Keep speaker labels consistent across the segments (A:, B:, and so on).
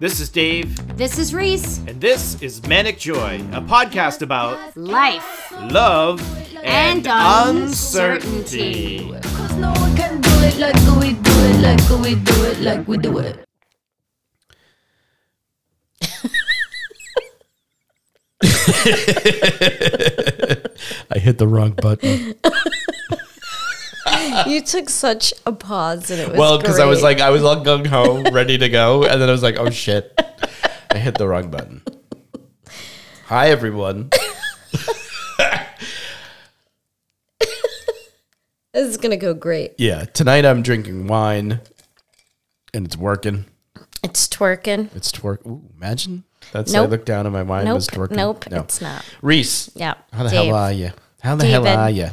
A: This is Dave,
B: This is Reese.
A: and this is Manic Joy, a podcast about
B: Life.
A: love and,
B: And
A: uncertainty.
B: uncertainty.
C: Cause no one can do it like we do it, like we do it, like we do it.
D: I hit the wrong button.
E: You took such a pause, and it was
D: well, because I was
E: great.
D: like, I was all gung ho, ready to go, and then I was like, oh shit, I hit the wrong button. Hi everyone.
E: "This is gonna go great."
D: Yeah, tonight I'm drinking wine, and it's working.
E: It's twerking.
D: It's twerk. Ooh, imagine that's I
E: Nope.
D: looked down and my wine was
E: Nope,
D: twerking.
E: nope, it's not.
D: Reese.
E: Yeah,
D: How the
E: Dave.
D: hell are you? How the hell
E: David.
D: are you?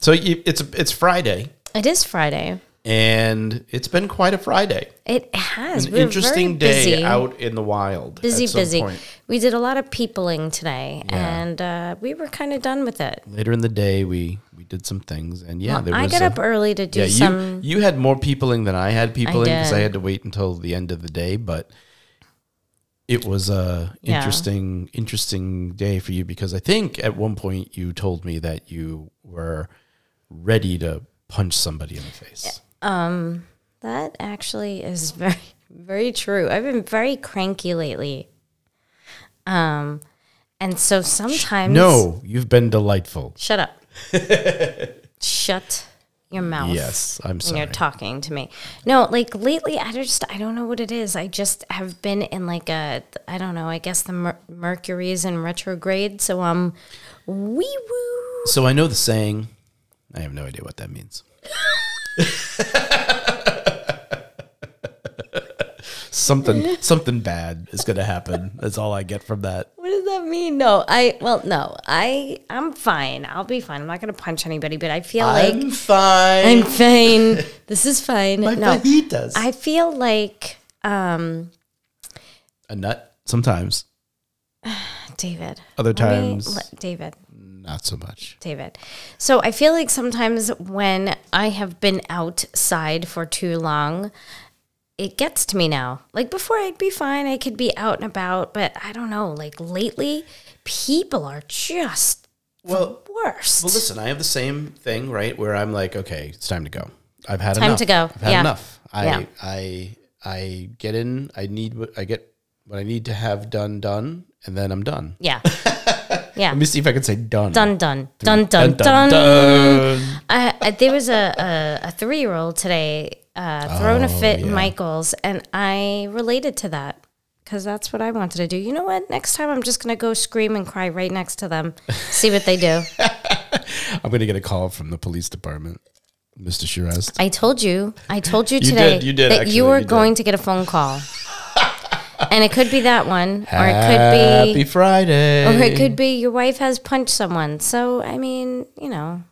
D: So you, it's it's Friday,
E: It is Friday.
D: and it's been quite a Friday.
E: It has
D: An
E: We're
D: interesting
E: very
D: day
E: busy.
D: out in the wild.
E: Busy,
D: at some
E: busy.
D: point.
E: We did a lot of peopling today,
D: Yeah.
E: and uh, we were kind of done with it.
D: Later in the day, we we did some things, and yeah, there
E: I
D: was
E: got
D: a-
E: up early to do
D: Yeah,
E: some.
D: you you had more peopling than I had peopling because I
E: did.
D: had to wait until the end of the day, but it was a
E: Yeah.
D: interesting interesting day for you because I think at one point you told me that you were ready to punch somebody in the face.
E: that actually is very, very true. I've been very cranky lately. Um, and so sometimes
D: No, you've been delightful.
E: Shut up. Shut your mouth.
D: Yes, I'm
E: When
D: sorry.
E: you're talking to me. No, like lately, I just, I don't know what it is. I just have been in like a, I don't know, I guess the mer- Mercury is in retrograde. So I'm wee woo.
D: so I know the saying. I have no idea what that means. something something bad is going to happen. That's all I get from that.
E: What does that mean? No, I, well, no, I, I'm fine. I'll be fine. I'm not going to punch anybody, but I feel like
D: I'm fine.
E: I'm fine. this is fine.
D: My
E: no,
D: fajitas.
E: I feel like, um,
D: a nut sometimes,
E: David.
D: other
E: let me-
D: times
E: let- David.
D: not so much.
E: David. So I feel like sometimes when I have been outside for too long, it gets to me now. Like before, I'd be fine. I could be out and about, but I don't know. Like lately, people are just
D: Well,
E: worst.
D: well, listen, I have the same thing, right? Where I'm like, okay, it's time to go. I've had
E: Time
D: enough.
E: to go.
D: I've had
E: Yeah.
D: enough. I,
E: Yeah.
D: I, I get in. I need what I get. What I need to have done, done, and then I'm done.
E: yeah. yeah.
D: Let me see if I can say done.
E: Dun dun dun dun
D: Dun,
E: dun.
D: dun, dun.
E: I, I, there was a, a, a three year old today uh, throwing
D: Oh,
E: a fit in Michaels, and I related to that because that's what I wanted to do. You know what? Next time I'm just going to go scream and cry right next to them, see what they do.
D: I'm gonna get a call from the police department, Mr. Shiraz.
E: I told you, I told you
D: did,
E: today
D: you did,
E: that
D: actually,
E: you were
D: you did.
E: going to get a phone call. and it could be that one, or it
D: Happy
E: could be.
D: Friday.
E: Or it could be your wife has punched someone. So I mean, you know,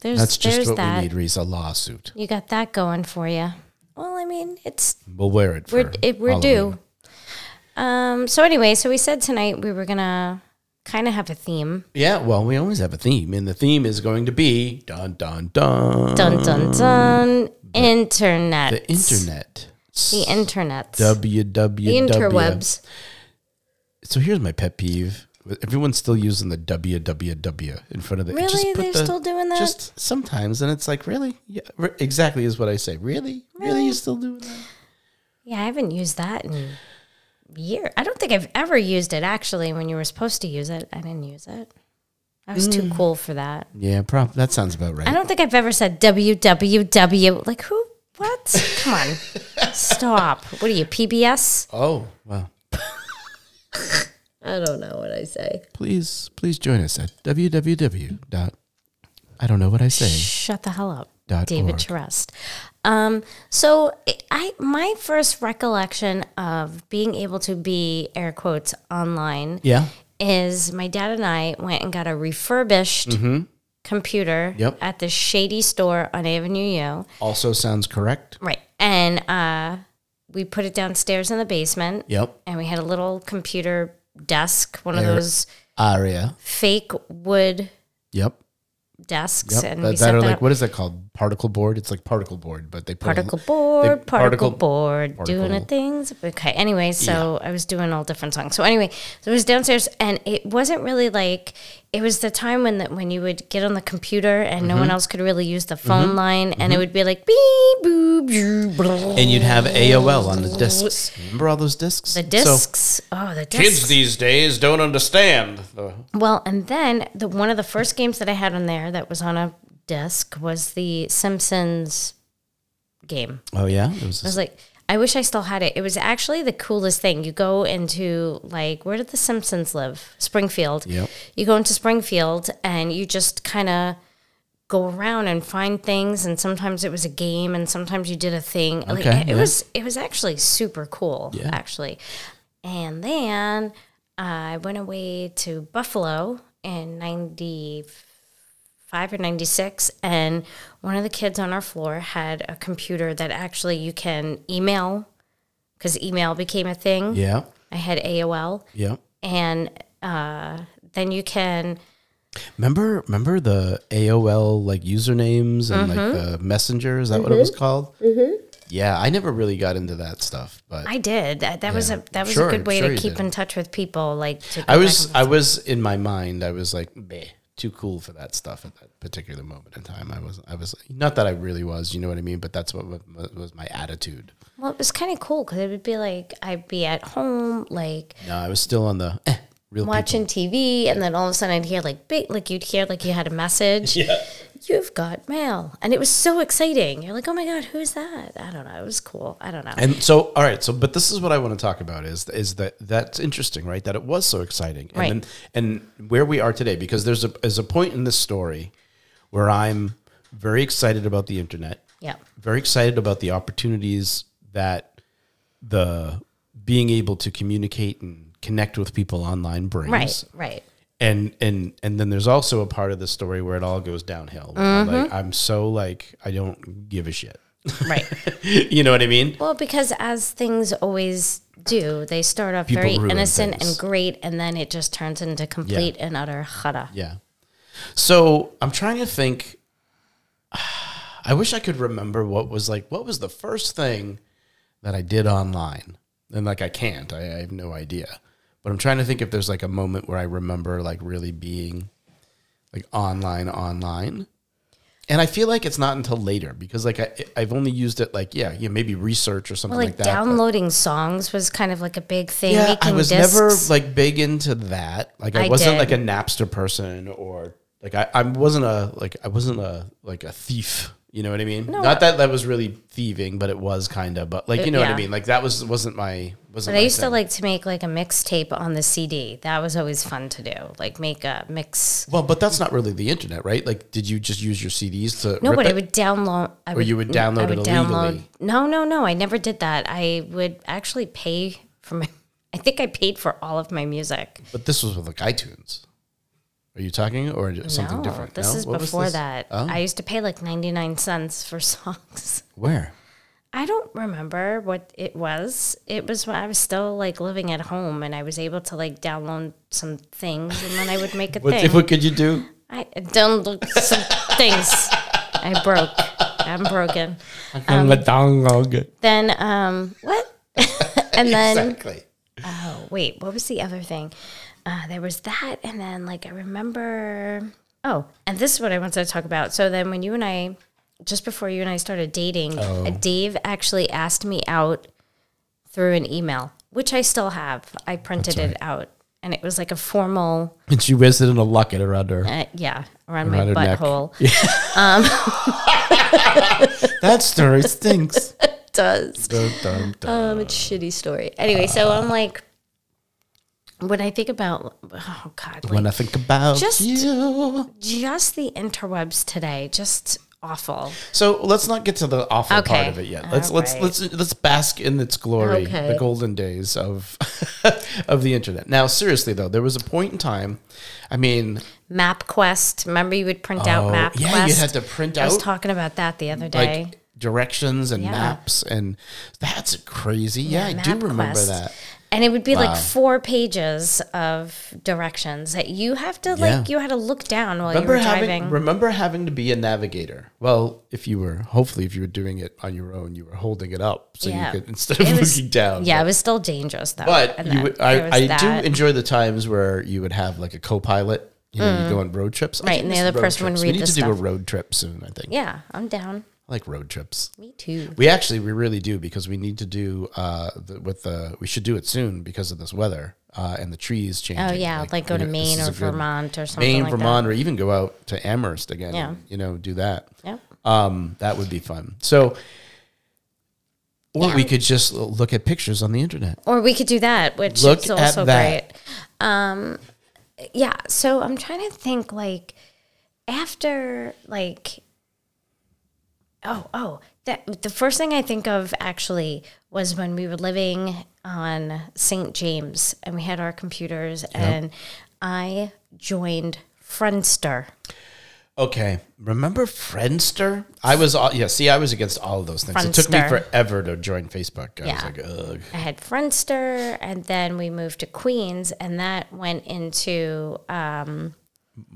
E: there's
D: That's just
E: there's
D: what
E: that.
D: we need, Reese. A lawsuit.
E: You got that going for you. Well, I mean, it's
D: We'll wear it. For
E: we're it, we're
D: Halloween.
E: due. Um. So anyway, so we said tonight we were gonna kind of have a theme.
D: Yeah. Well, we always have a theme, and the theme is going to be dun dun dun.
E: Dun dun dun. internet.
D: The internet.
E: The internet.
D: www.
E: the interwebs.
D: So here's my pet peeve. Everyone's still using the www in front of the.
E: Really? They're still doing that?
D: Just sometimes, and it's like, really? Yeah, re- exactly is what I say. Really? really, you still doing that?
E: Yeah, I haven't used that in year. I don't think I've ever used it actually. When you were supposed to use it, I didn't use it. I was too cool for that.
D: Yeah, prob- that sounds about right.
E: I don't think I've ever said www. Like who? What? Come on. Stop. What are you, PBS?
D: oh, wow.
E: I don't know what I say.
D: Please, please join us at www. Dot, I don't know what I say.
E: Shut the hell up,
D: Dot
E: David
D: org.
E: Terrest. Um, so I- I my first recollection of being able to be air quotes online
D: Yeah.
E: is my dad and I went and got a refurbished computer
D: Mm-hmm. Yep.
E: at the shady store on Avenue U.
D: Also sounds correct.
E: Right. And uh, we put it downstairs in the basement
D: Yep.
E: and we had a little computer desk, one of
D: Air-
E: those
D: Aria.
E: fake wood
D: Yep.
E: desks
D: Yep.
E: and
D: that,
E: we
D: that
E: set
D: are
E: that
D: like
E: up.
D: what is that called? particle board. It's like particle board, but they put a-
E: Particle
D: they-
E: board, particle, board, doing the
D: particle.
E: things. Okay. Anyway, so I was doing all different songs. So anyway, so I was downstairs, and it wasn't really like it was the time when that when you would get on the computer and no
D: Mm-hmm.
E: one else could really use the phone line, and it would be like beep boop. joo, blah.
D: And you'd have AOL on the discs. Remember all those discs?
E: The
D: So,
E: discs. oh, the discs.
D: kids these days don't understand. The,
E: Well, and then the one of the first games that I had on there that was on a disc was the Simpsons game.
D: oh yeah, it was.
E: I was like, I wish I still had it. It was actually the coolest thing. You go into like where did the Simpsons live? Springfield.
D: Yep.
E: You go into Springfield and you just kind of go around and find things and sometimes it was a game and sometimes you did a thing. like
D: Okay,
E: it,
D: yeah.
E: was it was actually super cool
D: Yeah.
E: actually. And then I went away to Buffalo in 90 five or 96 and one of the kids on our floor had a computer that actually you can email because email became a thing
D: yeah,
E: i had aol
D: yeah.
E: and uh, then you can
D: Remember, remember the AOL like usernames and
E: Mm-hmm.
D: like the messenger. Is that what it was called? Mm-hmm. Yeah, I never really got into that stuff, but
E: i did that, that was a that was
D: Sure,
E: a good way
D: sure
E: to
D: you
E: keep
D: did.
E: in touch with people like to go
D: I
E: back
D: was
E: and-
D: I was in my mind I was like meh, too cool for that stuff at that particular moment in time. I was I was not that I really was, you know what I mean, but that's what wa- wa- was my attitude.
E: well it was kind of cool because it would be like i'd be at home like
D: No, I was still on the eh, real
E: watching TV, and then all of a sudden I'd hear like big, like you'd hear like you had a message. Yeah. You've got mail, and it was so exciting. You're like, oh my god, who's that? I don't know. It was cool. I don't know.
D: And so, all right. So, but this is what I want to talk about is is that that's interesting, right? That it was so exciting, and
E: Right.
D: then, and where we are today, because there's a there's a point in this story where I'm very excited about the internet,
E: yeah.
D: very excited about the opportunities that the being able to communicate and connect with people online brings,
E: Right. Right.
D: and and and then there's also a part of the story where it all goes downhill. you know, Like
E: Mm-hmm.
D: I'm so like I don't give a shit.
E: Right.
D: you know what I mean?
E: well, because as things always do, they start off
D: People
E: very
D: ruin
E: innocent
D: things.
E: and great, and then it just turns into complete and utter chada.
D: Yeah. So I'm trying to think. I wish I could remember what was like, what was the first thing that I did online? And like, I can't, I, I have no idea. But I'm trying to think if there's like a moment where I remember like really being like online, online. And I feel like it's not until later because like I, I've only used it like, yeah, yeah, maybe research or something
E: Well, like,
D: like, that. but-
E: downloading songs was kind of like a big thing.
D: yeah,
E: Making
D: I was
E: discs.
D: never like big into that. Like I,
E: I
D: wasn't
E: did.
D: like a Napster person or like I, I wasn't a like I wasn't a like a thief. You know what I mean? Not that that was really thieving, but it was kind of. But like you know what
E: yeah.
D: I mean? Like that was wasn't my wasn't.
E: But I
D: my
E: used to
D: thing.
E: like to make like a mixtape on the CD. That was always fun to do. Like make a mix.
D: Well, but that's not really the internet, right? Like, did you just use your CDs to?
E: No,
D: rip
E: but
D: it?
E: I would download. I
D: Or you would download it illegally.
E: No, no, no. I never did that. I would actually pay for my. I think I paid for all of my music.
D: But this was with like iTunes. Are you talking or is it something
E: no,
D: different?
E: this
D: No?
E: is
D: What was
E: before
D: this?
E: that.
D: Oh,
E: I used to pay like ninety nine cents for songs.
D: where?
E: I don't remember what it was. It was when I was still like living at home, and I was able to like download some things, and then I would make a thing.
D: What, what could you do?
E: I don't look some things. I broke. I'm broken. Um,
D: I'm a download.
E: Then um what? and then
D: Exactly.
E: oh wait, what was the other thing? Uh, there was that, and then like I remember. Oh, and this is what I wanted to talk about. So then when you and I, just before you and I started dating, Dave actually asked me out through an email, which I still have. I printed it out, and it was like a formal.
D: And she wears it in a locket around her.
E: Uh, yeah, around,
D: Around her
E: my
D: neck.
E: butthole.
D: That story stinks.
E: Does
D: Dun, dun, dun.
E: Um, it's a shitty story. Anyway, so I'm like, when I think about, oh God,
D: when
E: like,
D: I think about
E: Just-
D: you.
E: just the interwebs today, just awful.
D: So let's not get to the awful part
E: Okay.
D: of it yet. Let's
E: All
D: let's
E: right.
D: let's let's bask in its glory,
E: Okay.
D: the golden days of of the internet. Now, seriously though, there was a point in time. I mean,
E: MapQuest. Remember you would print
D: Oh,
E: out MapQuest?
D: yeah, you had to print
E: I was
D: out,
E: talking about that the other day.
D: like directions and
E: Yeah.
D: maps and that's crazy. Yeah, I do remember
E: MapQuest.
D: that.
E: And it would be
D: Wow.
E: like four pages of directions that you have to like.
D: Yeah.
E: You had to look down while
D: Remember
E: you were
D: having
E: driving.
D: remember having to be a navigator. Well, if you were hopefully if you were doing it on your own, you were holding it up so
E: Yeah.
D: you could instead of
E: It was-
D: looking down.
E: yeah, it was still dangerous though.
D: But
E: And
D: you
E: then
D: would,
E: there
D: I,
E: was
D: I do
E: that.
D: enjoy the times where you would have like a co-pilot. You know, you go on road trips. I
E: Mm. Right,
D: do
E: and the
D: miss
E: other
D: road
E: person would
D: trips.
E: read
D: We need
E: the
D: to do a
E: stuff.
D: road trip soon. I think.
E: Yeah, I'm down.
D: I like road trips.
E: Me too.
D: We actually, we really do because we need to do uh, the, with the. We should do it soon because of this weather uh, and the trees changing.
E: Oh yeah, like, go
D: you
E: to
D: know, this
E: Maine
D: is
E: or
D: a good-
E: Vermont or something
D: Maine,
E: like
D: Vermont, or even go out to Amherst again.
E: Yeah.
D: and, you know, do that.
E: that.
D: Um, that would be fun. So, or
E: Yeah.
D: we could just look at pictures on the internet.
E: Or we could do that, which
D: Look
E: is
D: at
E: also
D: that.
E: great. Um, yeah. So I'm trying to think like after like oh oh that the first thing I think of actually was when we were living on St. James and we had our computers and I joined Friendster.
D: Okay. Remember Friendster? I was all yeah, see I was against all of those things. It took me
E: Friendster.
D: forever to join Facebook. I
E: Yeah.
D: was like, ugh.
E: I had Friendster, and then we moved to Queens, and that went into uh,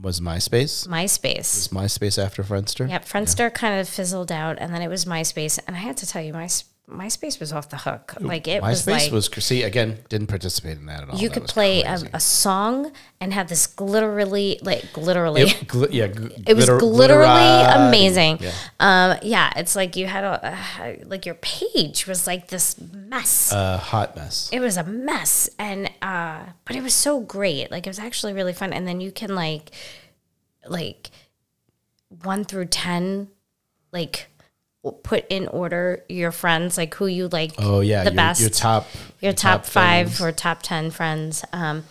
D: Was MySpace?
E: MySpace.
D: Was MySpace after Friendster?
E: Yep, Friendster kind of fizzled out, and then it was MySpace, and I had to tell you, my MySpace was off the hook. Like it was
D: MySpace
E: like
D: was, cr see again, didn't participate in that at all.
E: you
D: That
E: could
D: was
E: play a,
D: crazy.
E: a song and have this glitterily, like glitterily.
D: It, gl- yeah, gl-
E: It was
D: glitter-
E: glitterily
D: uh, glitterati-
E: amazing.
D: Yeah.
E: Um, yeah, it's like you had a uh, like your page was like this mess.
D: A uh, hot mess.
E: it was a mess, and uh, but it was so great. Like it was actually really fun, and then you can like, like, one through ten, like, w- put in order your friends, like who you like.
D: oh yeah,
E: the
D: your,
E: best
D: your top
E: your top, five
D: friends.
E: or top ten friends. Um,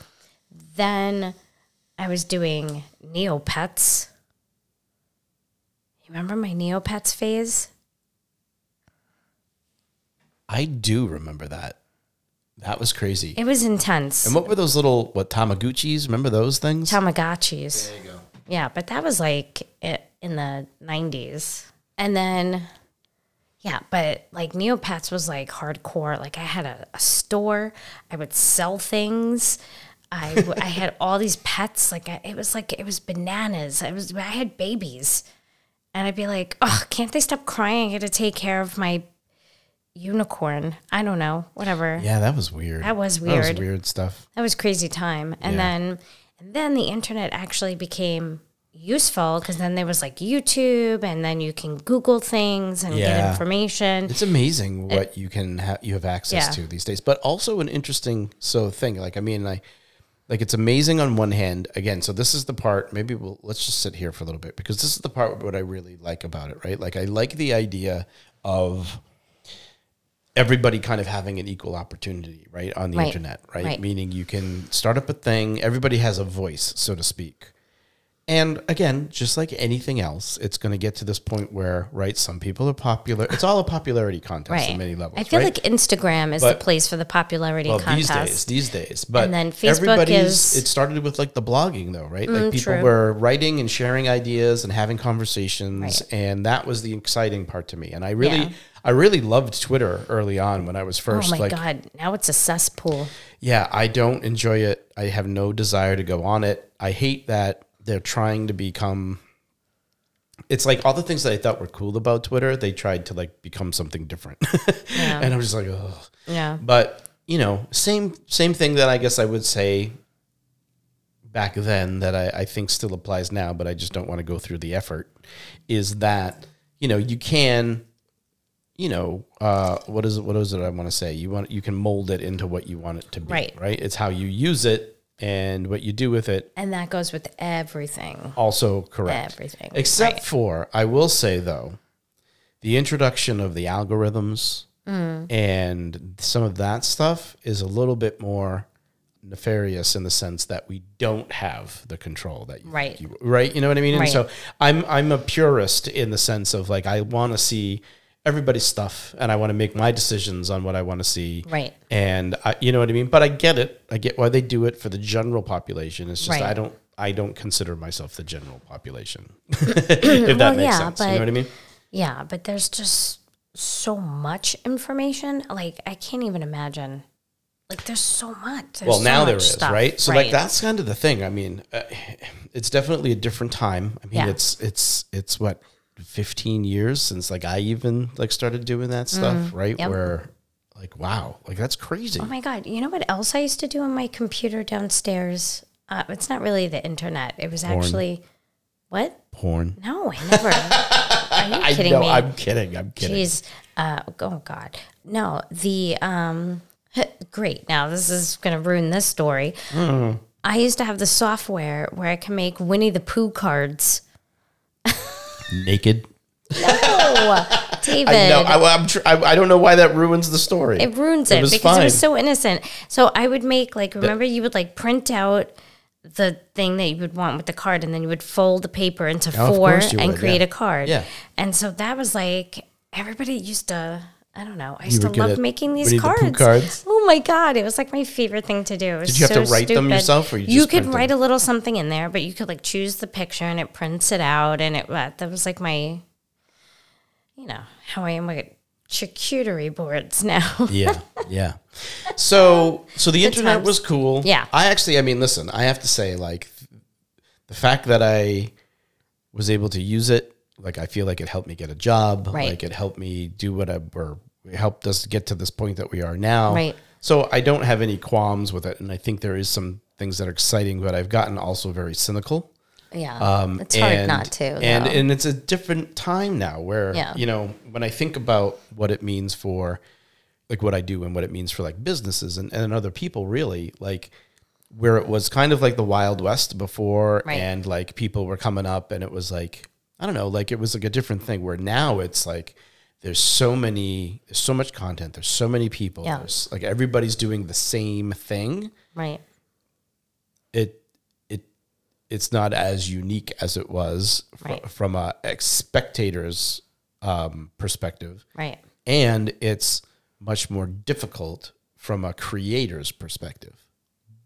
E: then I was doing Neopets. You remember my Neopets phase?
D: I do remember that. That was crazy.
E: It was intense.
D: and what were those little what Tamaguchis? Remember those things?
E: Tamagotchis. There you go. Yeah, but that was like i- in the 90s. And then, yeah, but like Neopets was like hardcore. Like I had a, a store, I would sell things. I, w- I had all these pets. Like I, it was like, it was bananas. I was, I had babies. And I'd be like, oh, can't they stop crying? I got to take care of my unicorn. I don't know, whatever.
D: yeah, that was weird.
E: That was
D: That
E: weird.
D: was weird stuff.
E: That was crazy time. And
D: Yeah.
E: then and then the internet actually became useful because then there was like YouTube and then you can Google things and
D: Yeah.
E: get information.
D: It's amazing what you can have you have access
E: Yeah.
D: to these days, but also an interesting so thing. Like I mean, I like it's amazing on one hand. Again, so this is the part. Maybe we'll let's just sit here for a little bit because this is the part what I really like about it. Right, like I like the idea of everybody kind of having an equal opportunity, right, on the
E: Right,
D: internet, right?
E: right.
D: Meaning you can start up a thing. Everybody has a voice, so to speak. And again, just like anything else, it's going to get to this point where, right, some people are popular. It's all a popularity contest
E: Right.
D: on many levels.
E: I feel
D: right?
E: like Instagram is
D: But-
E: the place for the popularity
D: well,
E: contest.
D: these days, these days. But
E: And then Facebook
D: everybody's,
E: is- Mm,
D: it started with like the blogging though, right? Like people
E: true.
D: were writing and sharing ideas and having conversations. And that was the exciting part to me. And I really,
E: Yeah.
D: I really loved Twitter early on when I was
E: Oh
D: first
E: my
D: like,
E: god! Now it's a cesspool.
D: yeah, I don't enjoy it. I have no desire to go on it. I hate that they're trying to become. It's like all the things that I thought were cool about Twitter, they tried to like become something different, and I'm just like, ugh.
E: Yeah,
D: But you know, same same thing that I guess I would say back then that I, I think still applies now, but I just don't want to go through the effort. Is that you know you can, you know, uh, what is it? What is it? I want to say you want you can mold it into what you want it to be.
E: Right.
D: Right. It's how you use it and what you do with it.
E: and that goes with everything.
D: Also correct.
E: Everything,
D: Except for, I will say though, the introduction of the algorithms
E: Mm.
D: and some of that stuff is a little bit more nefarious in the sense that we don't have the control that you
E: Right.
D: you, right you know what i mean and
E: Right.
D: so i'm i'm a purist in the sense of like i want to see everybody's stuff and i want to make my decisions on what i want to see
E: Right.
D: and I, you know what i mean but i get it i get why they do it for the general population it's just
E: Right.
D: i don't i don't consider myself the general population if that
E: Well,
D: makes
E: yeah,
D: sense you know
E: but-
D: what i mean
E: Yeah, but there's just so much information. Like I can't even imagine. Like there's so much. There's
D: well,
E: so
D: now
E: much
D: there is,
E: stuff.
D: right? So like that's kind of the thing. I mean, uh, it's definitely a different time. I mean,
E: Yeah.
D: it's it's it's what 15 years since like I even like started doing that stuff, right?
E: Mm-hmm. Yep.
D: Where like wow, like that's crazy.
E: Oh my god! You know what else I used to do on my computer downstairs? Uh, it's not really the internet. It was actually what?
D: Porn.
E: No, I never. Are you
D: I
E: kidding
D: know,
E: me?
D: I'm kidding. I'm kidding.
E: Jeez. Uh, oh God. No, the um, great. Now this is gonna ruin this story.
D: Mm.
E: I used to have the software where I can make Winnie the Pooh cards.
D: Naked.
E: Oh, David.
D: I know. I, I'm tr- I, I don't know why that ruins the story.
E: it ruins it,
D: was
E: because it was
D: fine.
E: so innocent. So I would make like remember you would like print out the thing that you would want with the card and then you would fold the paper into
D: Oh, of
E: four
D: course you
E: and
D: would,
E: create a
D: yeah.
E: card.
D: Yeah.
E: And so that was like everybody used to I don't know. I
D: You
E: used to
D: were good
E: love
D: at
E: making these
D: Winnie the Pooh
E: cards.
D: cards?
E: Oh my god, it was like my favorite thing to do. It was
D: Did you have to
E: so
D: write them
E: stupid.
D: yourself, or you just
E: could
D: print
E: write a little something in there, but you could like choose the picture and it prints it out and it uh, that was like my you know, how I am with charcuterie boards now.
D: yeah, yeah. So, so the internet
E: times.
D: was cool.
E: Yeah.
D: I actually, I mean, listen, I have to say, like, the fact that I was able to use it, like, I feel like it helped me get a job.
E: Right.
D: Like, it helped me do what I or it helped us get to this point that we are now.
E: Right.
D: So I don't have any qualms with it, and I think there is some things that are exciting, but I've gotten also very cynical.
E: Yeah.
D: Um,
E: it's hard
D: and-
E: not to.
D: And
E: though.
D: and it's a different time now where
E: Yeah.
D: you know when I think about what it means for like what I do and what it means for like businesses and, and other people really like where it was kind of like the wild west before
E: Right.
D: and like people were coming up and it was like I don't know like it was like a different thing where now it's like there's so many there's so much content there's so many people
E: Yeah.
D: there's like everybody's doing the same thing
E: right.
D: it it it's not as unique as it was fr-
E: Right.
D: from a ex- spectator's um, perspective,
E: Right.
D: and it's much more difficult from a creator's perspective.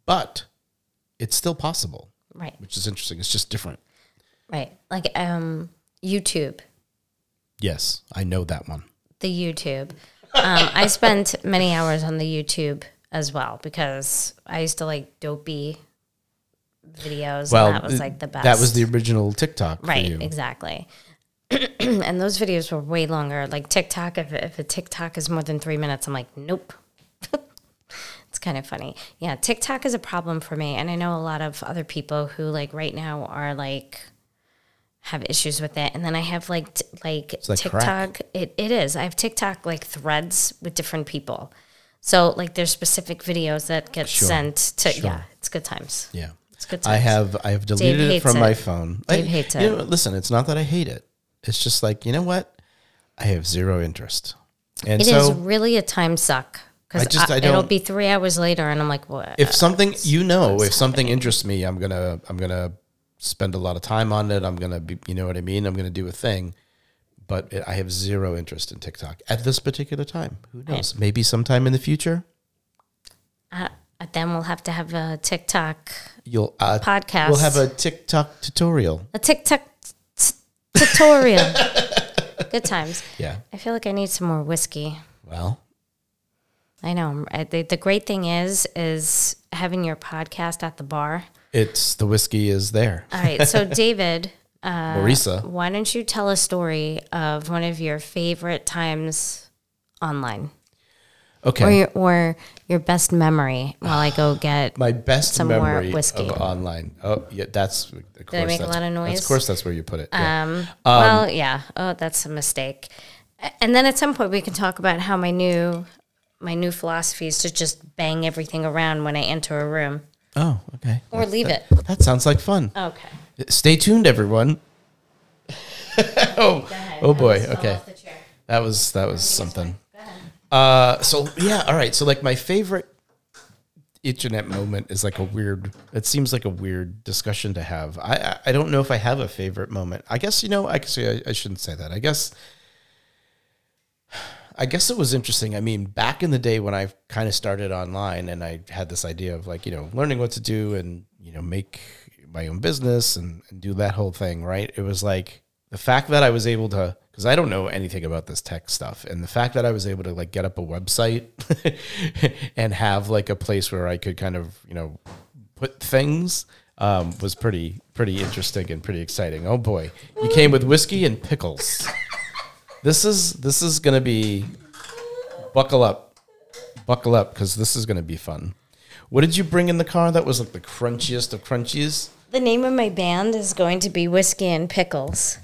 D: But it's still possible,
E: Right.
D: which is interesting. It's just different.
E: Right. Like um YouTube,
D: Yes, I know that one.
E: the YouTube. Um, I spent many hours on the YouTube as well because I used to like dopey videos and that was like the best.
D: That was the original TikTok,
E: Right,
D: For you.
E: exactly. and those videos were way longer. Like TikTok, if, if a TikTok is more than three minutes, I'm like, nope. it's kind of funny. Yeah, TikTok is a problem for me. And I know a lot of other people who, like, right now are like, have issues with it. And then I have like, t- like,
D: like
E: TikTok.
D: crack.
E: It, it is. I have TikTok like threads with different people. So, like, there's specific videos that get sent to, yeah, it's good times.
D: Yeah.
E: It's good
D: I
E: times.
D: have I have deleted it
E: hates
D: from my
E: it.
D: phone.
E: Dave
D: I,
E: hates
D: you
E: it.
D: know, listen, it's not that I hate it. It's just like, you know what? I have zero interest. And
E: It is
D: so
E: really a time suck
D: I
E: because
D: just- I
E: it'll
D: don't-
E: be three hours later, and I'm like, what?
D: if something you know, if something interests me, I'm gonna I'm gonna spend a lot of time on it. I'm gonna be you know what I mean? I'm gonna do a thing. But it, I have zero interest in TikTok at this particular time. Who knows? Maybe sometime in the future
E: Uh, then we'll have to have a TikTok,
D: you'll uh,
E: Podcast.
D: We'll have a TikTok tutorial.
E: a TikTok t- tutorial. Good times.
D: Yeah.
E: I feel like I need some more whiskey.
D: Well,
E: I know. I'm- I, the, the great thing is, is having your podcast at the bar.
D: it's the whiskey is there.
E: All right, so David,
D: Marisa.
E: why don't you tell a story of one of your favorite times online,
D: Okay.
E: or your, or your best memory? While I go get
D: my best
E: some more
D: memory
E: whiskey.
D: of online. Oh, yeah, that's of course.
E: I make a
D: that's-
E: lot of
D: that's-
E: noise? Um,
D: Of course, that's where you put it. yeah. Um,
E: well, yeah. Oh, that's a mistake. A- And then at some point we can talk about how my new my new philosophy is to just bang everything around when I enter a room
D: Oh, okay.
E: or leave it.
D: That sounds like fun.
E: Okay.
D: Stay tuned, everyone. oh, oh boy. Okay,
E: chair.
D: that was that was something. Uh, so yeah, all right. So like my favorite internet moment is like a weird. It seems like a weird discussion to have. I I, I don't know if I have a favorite moment. I guess you know. I guess I, I shouldn't say that. I guess. I guess it was interesting. I mean, back in the day when I kind of started online and I had this idea of like, you know, learning what to do and, you know, make my own business and, and do that whole thing, right? It was like the fact that I was able to, because because I don't know anything about this tech stuff. And the fact that I was able to like get up a website and have like a place where I could kind of you know put things um, was pretty pretty interesting and pretty exciting. Oh boy, you came with whiskey and pickles. This is this is gonna be buckle up, buckle up because this is gonna be fun. What did you bring in the car? That was like the crunchiest of crunchies.
E: The name of my band is going to be Whiskey and Pickles.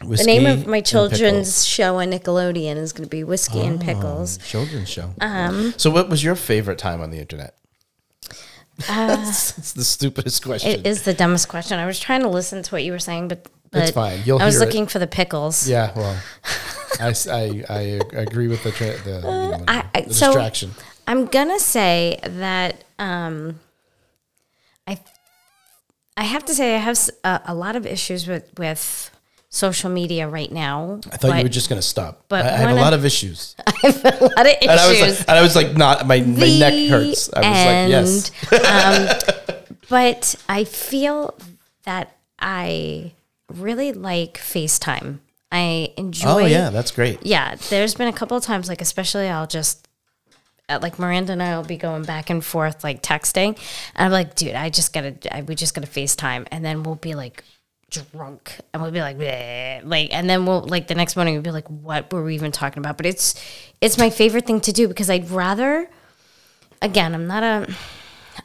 E: The
D: Whiskey
E: name of my
D: and Oh.
E: children's show on Nickelodeon is going to be Whiskey and Pickles. Um,
D: pickles. children's show. so, what was your favorite time on the internet? That's the stupidest question.
E: uh, It is the dumbest question. I was trying to listen to what you were saying, but, but
D: It's fine. You'll
E: I was
D: hear it.
E: looking for the pickles.
D: yeah, well, I, s- I- I agree with the, tra- the, you know,
E: Uh, I, I,
D: the
E: so
D: distraction.
E: I'm gonna say that um, I I have to say I have s- a, a lot of issues with with social media right now.
D: I thought
E: but
D: you were just going to stop.
E: but
D: I, I have a
E: one
D: lot
E: of-
D: of issues.
E: a lot of issues.
D: And I was like, and I was like not, my, my neck hurts. I was like, yes.
E: like, yes. um, but I feel that I really like FaceTime. I enjoy.
D: Oh, yeah, that's great.
E: Yeah, there's been a couple of times, like especially I'll just uh, like Miranda and I will be going back and forth like texting, and I'm like, dude, I just gotta, I, we just gotta Facetime, and then we'll be like drunk, and we'll be like, "Bleh," like, and then we'll like the next morning we'll be like, what were we even talking about? But it's it's my favorite thing to do because I'd rather, again, I'm not a.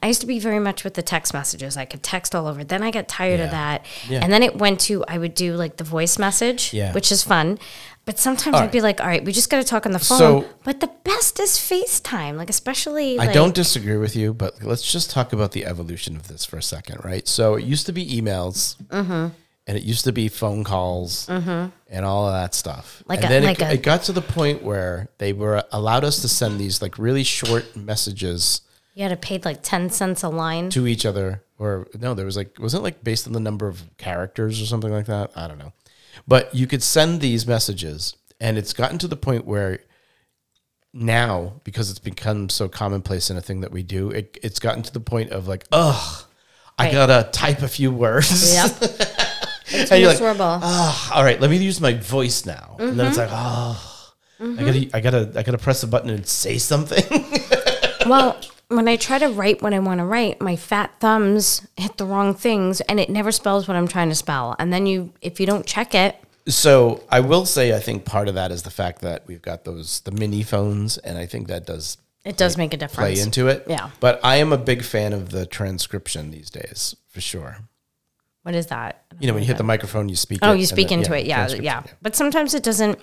E: I used to be very much with the text messages. I could text all over. Then I got tired of
D: Yeah.
E: that.
D: Yeah.
E: And then it went to I would do like the voice message,
D: Yeah.
E: which is fun. But sometimes I'd be like, all right, we just got to talk on the phone.
D: So-
E: but the best is FaceTime, like especially.
D: I
E: like,
D: don't disagree with you, but let's just talk about the evolution of this for a second, right? So it used to be emails,
E: Mm-hmm.
D: and it used to be phone calls, and all of that stuff.
E: Like
D: and
E: a-
D: then
E: like
D: it,
E: a-
D: it got to the point where they were allowed us to send these like really short messages
E: You had to pay like ten cents a line.
D: to each other, or no, there was like wasn't it like based on the number of characters or something like that. I don't know, but you could send these messages, and it's gotten to the point where now because it's become so commonplace in a thing that we do, it, it's gotten to the point of like, ugh, I
E: Right.
D: gotta type a few words.
E: yep. It's
D: And you're like,
E: miserable.
D: "Ah, all right, let me use my voice now, and then it's
E: Mm-hmm.
D: like, oh. I gotta, I gotta, I gotta press a button and say something.
E: well, when I try to write what I want to write, my fat thumbs hit the wrong things, and it never spells what I'm trying to spell. And then you, if you don't check it,
D: So I will say, I think part of that is the fact that we've got those the mini phones, and I think that does
E: it does make a
D: play
E: difference.
D: into it.
E: Yeah.
D: But I am a big fan of the transcription these days, for sure.
E: What is that?
D: You know, when you hit the microphone, you speak.
E: Oh,
D: it,
E: you
D: and
E: speak
D: then-
E: into it. Yeah,
D: transcription,
E: yeah. But sometimes it doesn't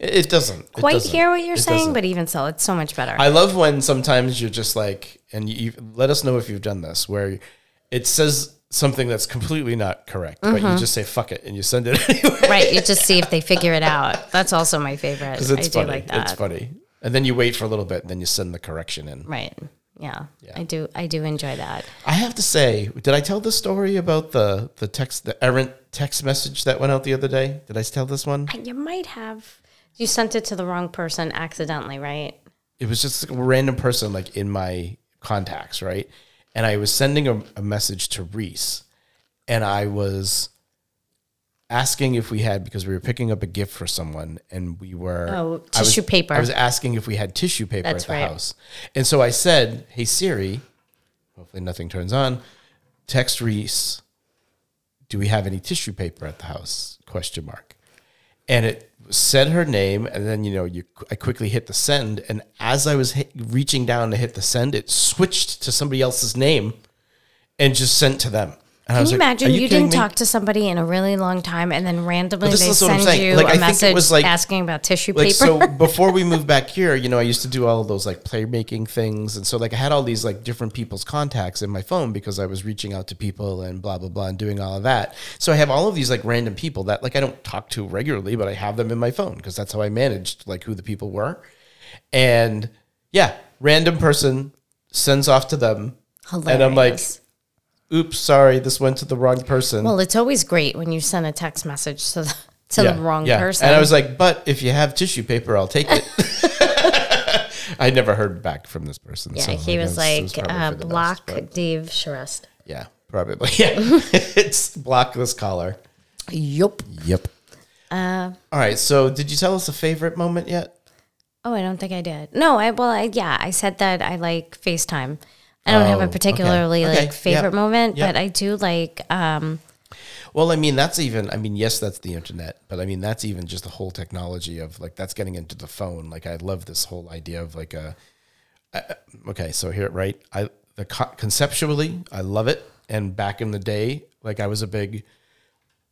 D: It, it doesn't it
E: quite
D: doesn't.
E: hear what you're
D: It
E: saying,
D: doesn't.
E: but even so, it's so much better.
D: I love when sometimes you're just like, and you, you let us know if you've done this, where it says something that's completely not correct, but
E: Mm-hmm.
D: you just say fuck it and you send it anyway.
E: right. You just see if they figure it out. That's also my favorite.
D: Because
E: I
D: it's
E: do
D: funny.
E: like that.
D: It's funny. And then you wait for a little bit, and then you send the correction in.
E: Right. Yeah, I do. I do enjoy that.
D: I have to say, did I tell the story about the the text the errant text message that went out the other day? Did I tell this one?
E: You might have. You sent it to the wrong person accidentally, right?
D: It was just like a random person like in my contacts, right? And I was sending a, a message to Reese, and I was asking if we had because we were picking up a gift for someone, and we were
E: Oh,
D: I was-
E: tissue paper.
D: I was asking if we had tissue paper
E: That's
D: at the
E: right.
D: house, and so I said, "Hey Siri, hopefully nothing turns on." Text Reese. do we have any tissue paper at the house question mark and it said her name and then you know you i quickly hit the send and as i was hit, reaching down to hit the send it switched to somebody else's name and just sent to them and i
E: Can
D: was
E: you
D: like,
E: imagine
D: "Are
E: you,
D: kidding
E: didn't
D: me?"
E: talk to somebody in a really long time, and then randomly
D: this
E: they
D: is what I'm
E: send
D: saying.
E: you
D: Like, I
E: a
D: think it
E: message
D: was like-
E: asking about tissue
D: like
E: paper?
D: so before we moved back here you know i used to do all of those like play making things and so like i had all these like different people's contacts in my phone because i was reaching out to people and blah blah blah and doing all of that so i have all of these like random people that like i don't talk to regularly but i have them in my phone because that's how i managed like who the people were and yeah random person sends off to them and i'm like
E: Hilarious.
D: oops sorry this went to the wrong person
E: well, it's always great when you send a text message to the, to the wrong person.
D: And I was like, but if you have tissue paper, I'll take it. I never heard back from "Oh this person.
E: yeah,
D: so
E: he
D: I
E: was
D: guess it
E: like,
D: probably
E: uh,
D: for the best,
E: block
D: but
E: Dave Charest.
D: yeah, probably. Yeah. it's block this caller.
E: Yup.
D: Yep.
E: Uh,
D: All right. So, did you tell us a favorite moment yet?
E: Oh, I don't think I did. No, I well, I, yeah, I said that I like FaceTime. I don't have
D: Oh,
E: a
D: okay.
E: particularly
D: Okay,
E: like favorite
D: yep,
E: moment,
D: yep.
E: but I do like um
D: Well, I mean, that's even, I mean, yes, that's the internet, but I mean, that's even just the whole technology of like, that's getting into the phone. Like, I love this whole idea of like a, I, okay, so here, right? I, the co- conceptually, I love it. And back in the day, like, I was a big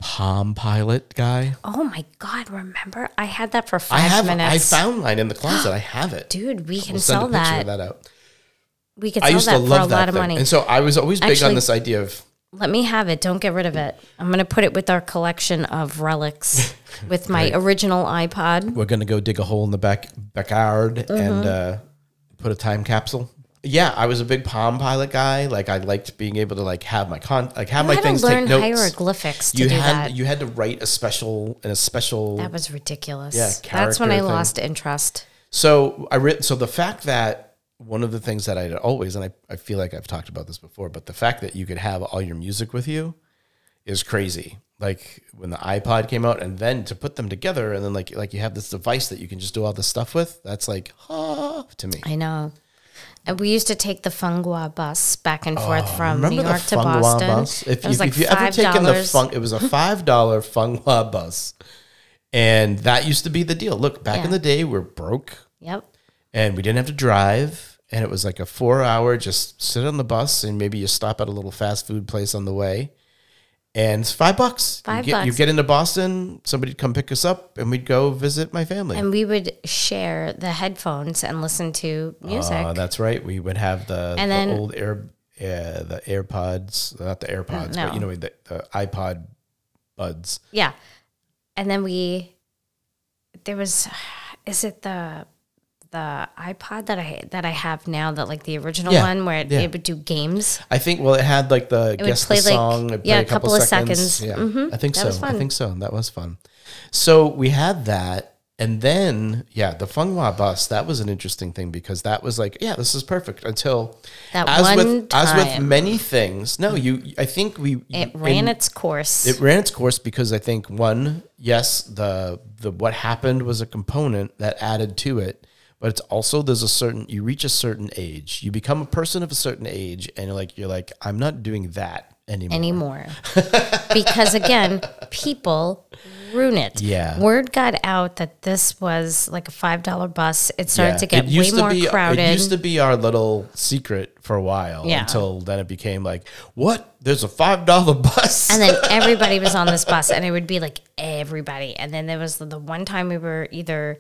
D: Palm Pilot guy.
E: oh my god, remember? I had that for five
D: I have,
E: minutes.
D: I found mine in the closet. I have it.
E: Dude, we can
D: We'll send
E: sell
D: a picture
E: that.
D: of that out.
E: We could
D: I
E: sell
D: used
E: that
D: to
E: for a
D: love
E: lot
D: that
E: of
D: thing.
E: money.
D: And so I was always big on
E: Actually-
D: this idea of,
E: Let me have it. Don't get rid of it. I'm going to put it with our collection of relics with my original iPod.
D: we're gonna go dig a hole in the back backyard and
E: Mm-hmm.
D: uh, put a time capsule. Yeah, I was a big Palm Pilot guy. Like I liked being able to like have my con like have
E: I
D: my
E: had
D: things
E: to learn
D: take notes.
E: hieroglyphics to
D: you
E: do
D: had
E: that.
D: you had to write a special and a special.
E: that was ridiculous.
D: Yeah,
E: That's when I
D: character thing.
E: lost interest.
D: so I re- so the fact that one of the things that I did always and I, I feel like I've talked about this before, but the fact that you could have all your music with you is crazy. Like when the iPod came out, and then to put them together, and then like like you have this device that you can just do all this stuff with. That's like ah, to me.
E: I know. And we used to take the Fungwa bus back and forth from New
D: Oh, Remember
E: York to
D: the Fungwa
E: Boston.
D: bus? If,
E: it was
D: if,
E: like
D: if you ever
E: five
D: taken the
E: dollars.
D: fun, it was a five dollar Funghua bus, and that used to be the deal. Look, back in
E: Yeah.
D: the day, we're broke
E: yep.
D: and we didn't have to drive, and it was like a four hour just sit on the bus and maybe you stop at a little fast food place on the way, and it's five bucks.
E: Five
D: you get, You
E: bucks.
D: get into Boston, somebody'd come pick us up, and we'd go visit my family.
E: And we would share the headphones and listen to music.
D: Uh, that's right. We would have the,
E: And
D: the
E: then-
D: old air, uh, the AirPods, not the AirPods, but
E: no.
D: you know the, the iPod buds.
E: yeah. And then we there was is it the the iPod that I that I have now that like the original
D: Yeah,
E: one where it,
D: yeah.
E: it would do games.
D: I think. Well, it had like the
E: would
D: guess
E: play,
D: the
E: like,
D: song. it'd
E: yeah,
D: play
E: a couple of seconds. Mm-hmm.
D: Yeah, I think
E: That
D: so.
E: was
D: I
E: fun.
D: think so. That was fun. So we had that, and then yeah, the Funghua bus. That was an interesting thing because that was like, yeah, this is perfect until
E: That
D: as
E: one
D: with as with
E: time. Mm.
D: many things. No, you. I think we
E: It ran
D: in-
E: its course.
D: It ran its course because I think one, yes, the the what happened was a component that added to it, but it's also there's a certain you reach a certain age, you become a person of a certain age, and you're like you're like I'm not doing that anymore.
E: anymore. because again, people ruin it.
D: Yeah.
E: Word got out that this was like a five dollar bus. It started
D: Yeah.
E: to get way more
D: be, uh,
E: crowded.
D: It used to be our little secret for a while
E: Yeah.
D: until then it became like, what? There's a five dollar bus.
E: and then everybody was on this bus and it would be like everybody. And then there was the one time we were either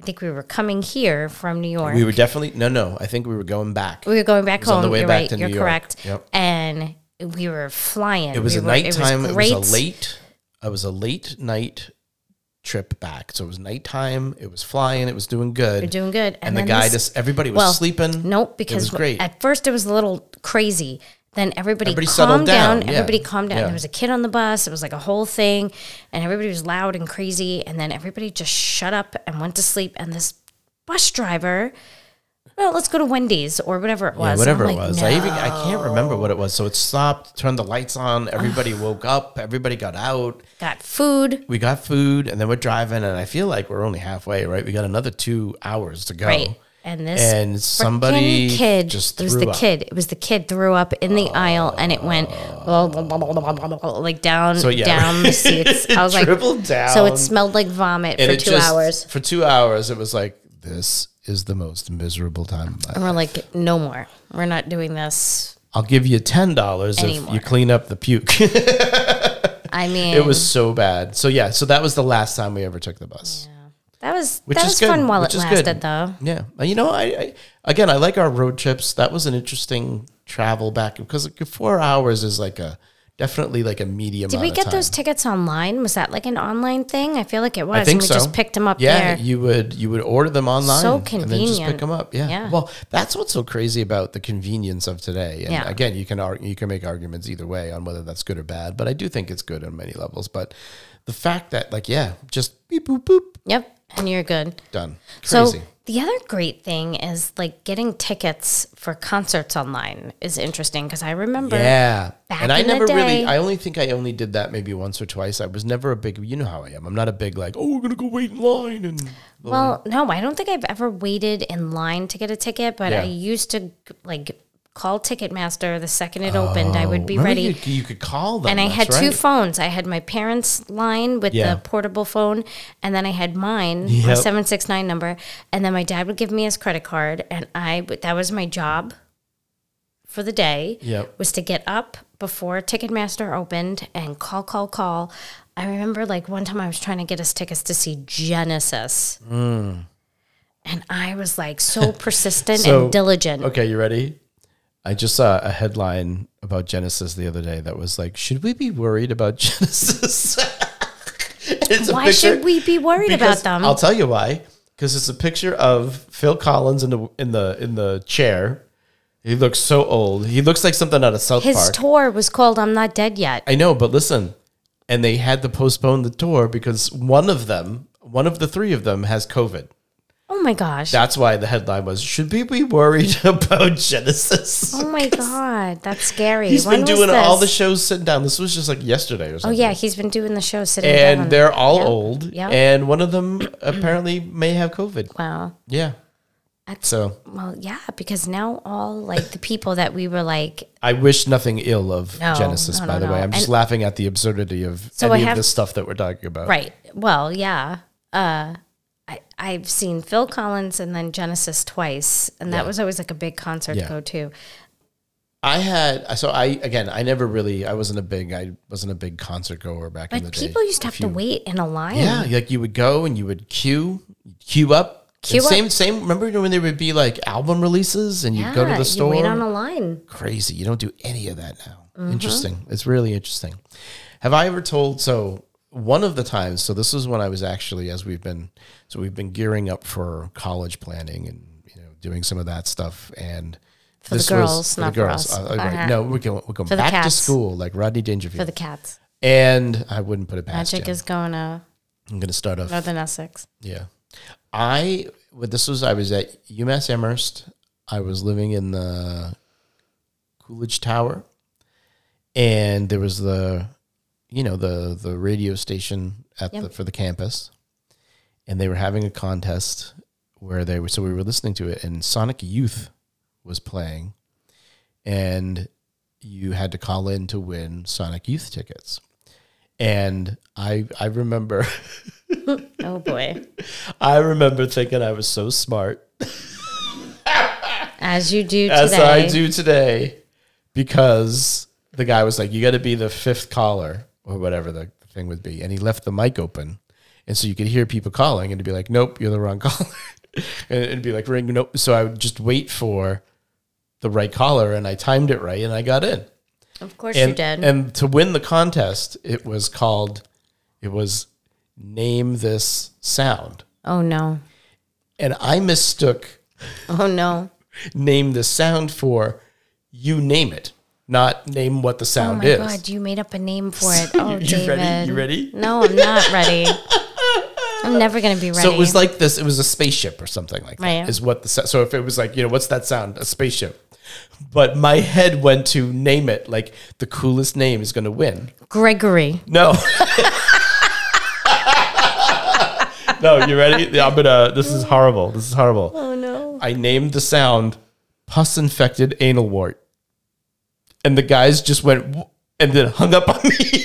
E: I think we were coming here from New York.
D: we were definitely no, no. I think we were going back.
E: We were going back
D: on
E: home.
D: the way
E: You're
D: back
E: right.
D: to
E: You're
D: New York.
E: correct.
D: Yep.
E: And we were flying.
D: It was
E: we
D: a
E: were-
D: nighttime. It was,
E: great.
D: a late. It was a late night trip back. So it was nighttime. It was flying. It was doing good.
E: We're doing good.
D: And,
E: then
D: the guy
E: this-
D: just everybody was
E: well,
D: sleeping.
E: Nope,
D: it was
E: because
D: great.
E: at first it was a little crazy. Then everybody,
D: Everybody settled
E: calmed down.
D: down, yeah.
E: Everybody calmed down.
D: Yeah.
E: There was a kid on the bus. It was like a whole thing, and everybody was loud and crazy. And then everybody just shut up and went to sleep. And this bus driver, well, let's go to Wendy's or whatever it was.
D: yeah,
E: And
D: whatever
E: I'm
D: it
E: like,
D: was. I even I can't remember what it was. So it stopped, turned the lights on, everybody woke up, everybody got out.
E: Got food.
D: We got food and then we're driving and I feel like we're only halfway, right? We got another 2 hours to go.
E: Right. And this
D: Oh. And
E: frickin'
D: somebody
E: kid,
D: just
E: it was
D: threw
E: the
D: up.
E: kid. It was the kid threw up in the aisle, and it went like down,
D: yeah.
E: down the seats. I was like,
D: Tripled down.
E: so it smelled like vomit
D: And
E: for
D: it
E: two
D: just-
E: hours.
D: For 2 hours it was like this is the most miserable time of my
E: And we're like, no more. We're not doing this.
D: I'll give you ten dollars if
E: Anymore.
D: you clean up the puke.
E: I mean,
D: it was so bad. So yeah, so that was the last time we ever took the bus,
E: that was
D: which
E: that
D: is
E: was
D: good,
E: fun while
D: which
E: it
D: is good.
E: lasted, though.
D: Yeah, Uh, you know, I, I again, I like our road trips. That was an interesting travel back because like four hours is like a definitely like a medium.
E: Did we get those tickets online? Was that like an online thing? I feel like it was.
D: I think
E: and we
D: so.
E: just picked them up
D: Yeah,
E: there.
D: you would you would order them online.
E: So
D: And then just pick
E: convenient.
D: them up. Yeah.
E: Yeah.
D: Well, that's what's so crazy about the convenience of today. And
E: Yeah.
D: again, you can ar- you can make arguments either way on whether that's good or bad, but I do think it's good on many levels. But the fact that like yeah, just beep boop boop,
E: Yep. and you're good.
D: Done. Crazy.
E: So the other great thing is like getting tickets for concerts online is interesting because I remember
D: yeah.
E: back
D: And I
E: in the
D: never really
E: day-
D: I only think I only did that maybe once or twice. I was never a big you know how I am. I'm not a big like, oh we're gonna go wait in line and
E: Well, no, I don't think I've ever waited in line to get a ticket, but
D: Yeah.
E: I used to like call Ticketmaster the second it opened. I would be
D: Oh, Remember
E: ready.
D: You, you could call them.
E: and I had
D: that's
E: two
D: right.
E: phones. I had my parents' line with
D: Yeah.
E: the portable phone, and then I had mine, my
D: Yep.
E: seven six nine number. And then my dad would give me his credit card, and I would- that was my job for the day.
D: Yep.
E: was to get up before Ticketmaster opened and call, call, call. I remember like one time I was trying to get us tickets to see Genesis. And I was like so persistent
D: Hmm. So-
E: and diligent.
D: Okay, you ready? I just saw a headline about Genesis the other day that was like, "Should we be worried about Genesis?" It's a
E: Why should
D: picture-
E: we be worried
D: Because-
E: about them?
D: I'll tell you why. Because it's a picture of Phil Collins in the in the in the chair. He looks so old. He looks like something out of South
E: His
D: Park.
E: tour was called I'm Not Dead Yet.
D: I know, but listen, and they had to postpone the tour because one of them, one of the three of them, has COVID.
E: Oh my gosh.
D: That's why the headline was "Should we be worried about Genesis?"
E: Oh my god, that's scary.
D: He's
E: When
D: been
E: was
D: doing all the
E: this?
D: shows sitting down. This was just like yesterday or
E: oh
D: something.
E: yeah, he's been doing the show sitting down.
D: And they're all
E: Yep.
D: old.
E: Yep.
D: And one of them apparently may have COVID.
E: wow.
D: Yeah.
E: That's-
D: So
E: Well, yeah, because now all like the people that we were like,
D: I wish nothing ill of
E: No,
D: Genesis,
E: no,
D: by
E: no,
D: the way.
E: no.
D: I'm just
E: And-
D: laughing at the absurdity of
E: So
D: any
E: I
D: of
E: have-
D: the stuff that we're talking about.
E: right? Well, yeah. Uh, I I've seen Phil Collins and then Genesis twice, and that was always like a big concert
D: Yeah.
E: to go to.
D: I had so I again I never really I wasn't a big I wasn't a big concert goer back in the
E: But
D: day.
E: people used to have to wait in a line.
D: Yeah, like you would go and you would queue, queue up.
E: Queue
D: And
E: up.
D: Same, same. Remember when there would be like album releases and you'd go to
E: Yeah,
D: the store?
E: You wait on a line.
D: Crazy. You don't do any of that now.
E: Mm-hmm.
D: Interesting. It's really interesting. Have I ever told? So one of the times. So this is when I was actually as we've been. So we've been gearing up for college planning and you know doing some of that stuff and. For
E: the girls, not for us. Uh-huh.
D: Uh, right. No, we're going, we're going
E: the
D: back to
E: cats.
D: school like Rodney
E: For
D: Dangerfield.
E: the cats,
D: and I wouldn't put it past
E: Magic
D: you.
E: is going to
D: I'm going to start off.
E: Northern Essex.
D: Yeah. I well, this was I was at UMass Amherst. I was living in the Coolidge Tower and there was the you know the the radio station at the for the campus and they were having a contest where they were so we were listening to it and Sonic Youth was playing and you had to call in to win Sonic Youth tickets. And I I remember
E: Oh boy,
D: I remember thinking I was so smart,
E: as you do today.
D: as I do today, because the guy was like, "You got to be the fifth caller or whatever the thing would be," and he left the mic open, and so you could hear people calling, and to be like, "Nope, you're the wrong caller," and it'd be like, "Ring, nope." So I would just wait for the right caller, and I timed it right, and I got in.
E: Of course
D: and,
E: you did.
D: And to win the contest, it was called, it was name this sound,
E: oh no.
D: and I mistook
E: Oh no.
D: name the sound for, you name it, not name what
E: Oh
D: the sound
E: my
D: is.
E: god, you made up a name for it. Oh,
D: you
E: David.
D: ready? You ready?
E: No, I'm not ready. I'm never gonna be ready.
D: So it was like this. It was a spaceship or something like
E: Right.
D: that. Is what the sou- so if it was like you know what's that sound? A spaceship. But my head went to name it like the coolest name is going to win.
E: Gregory.
D: No. no, you ready? Yeah, I'm gonna. This is horrible. This is horrible.
E: Oh no.
D: I named the sound pus infected anal wart. And the guys just went "Wh-" and then hung up on me.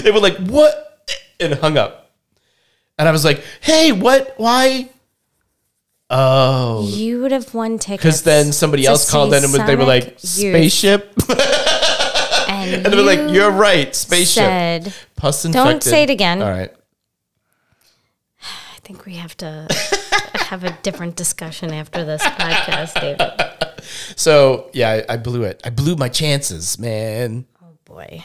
D: they were like, what? And hung up. And I was like, hey, what? Why? Oh.
E: You would have won tickets.
D: Because then somebody
E: to
D: else called
E: see
D: in and they were
E: Sonic
D: like,
E: Youth,
D: spaceship?
E: And,
D: And they were like, you're right, spaceship.
E: Said,
D: Pus infected.
E: say it again.
D: All right.
E: I think we have to have a different discussion after this podcast, David.
D: So, yeah, I, I blew it. I blew my chances, man.
E: Oh boy.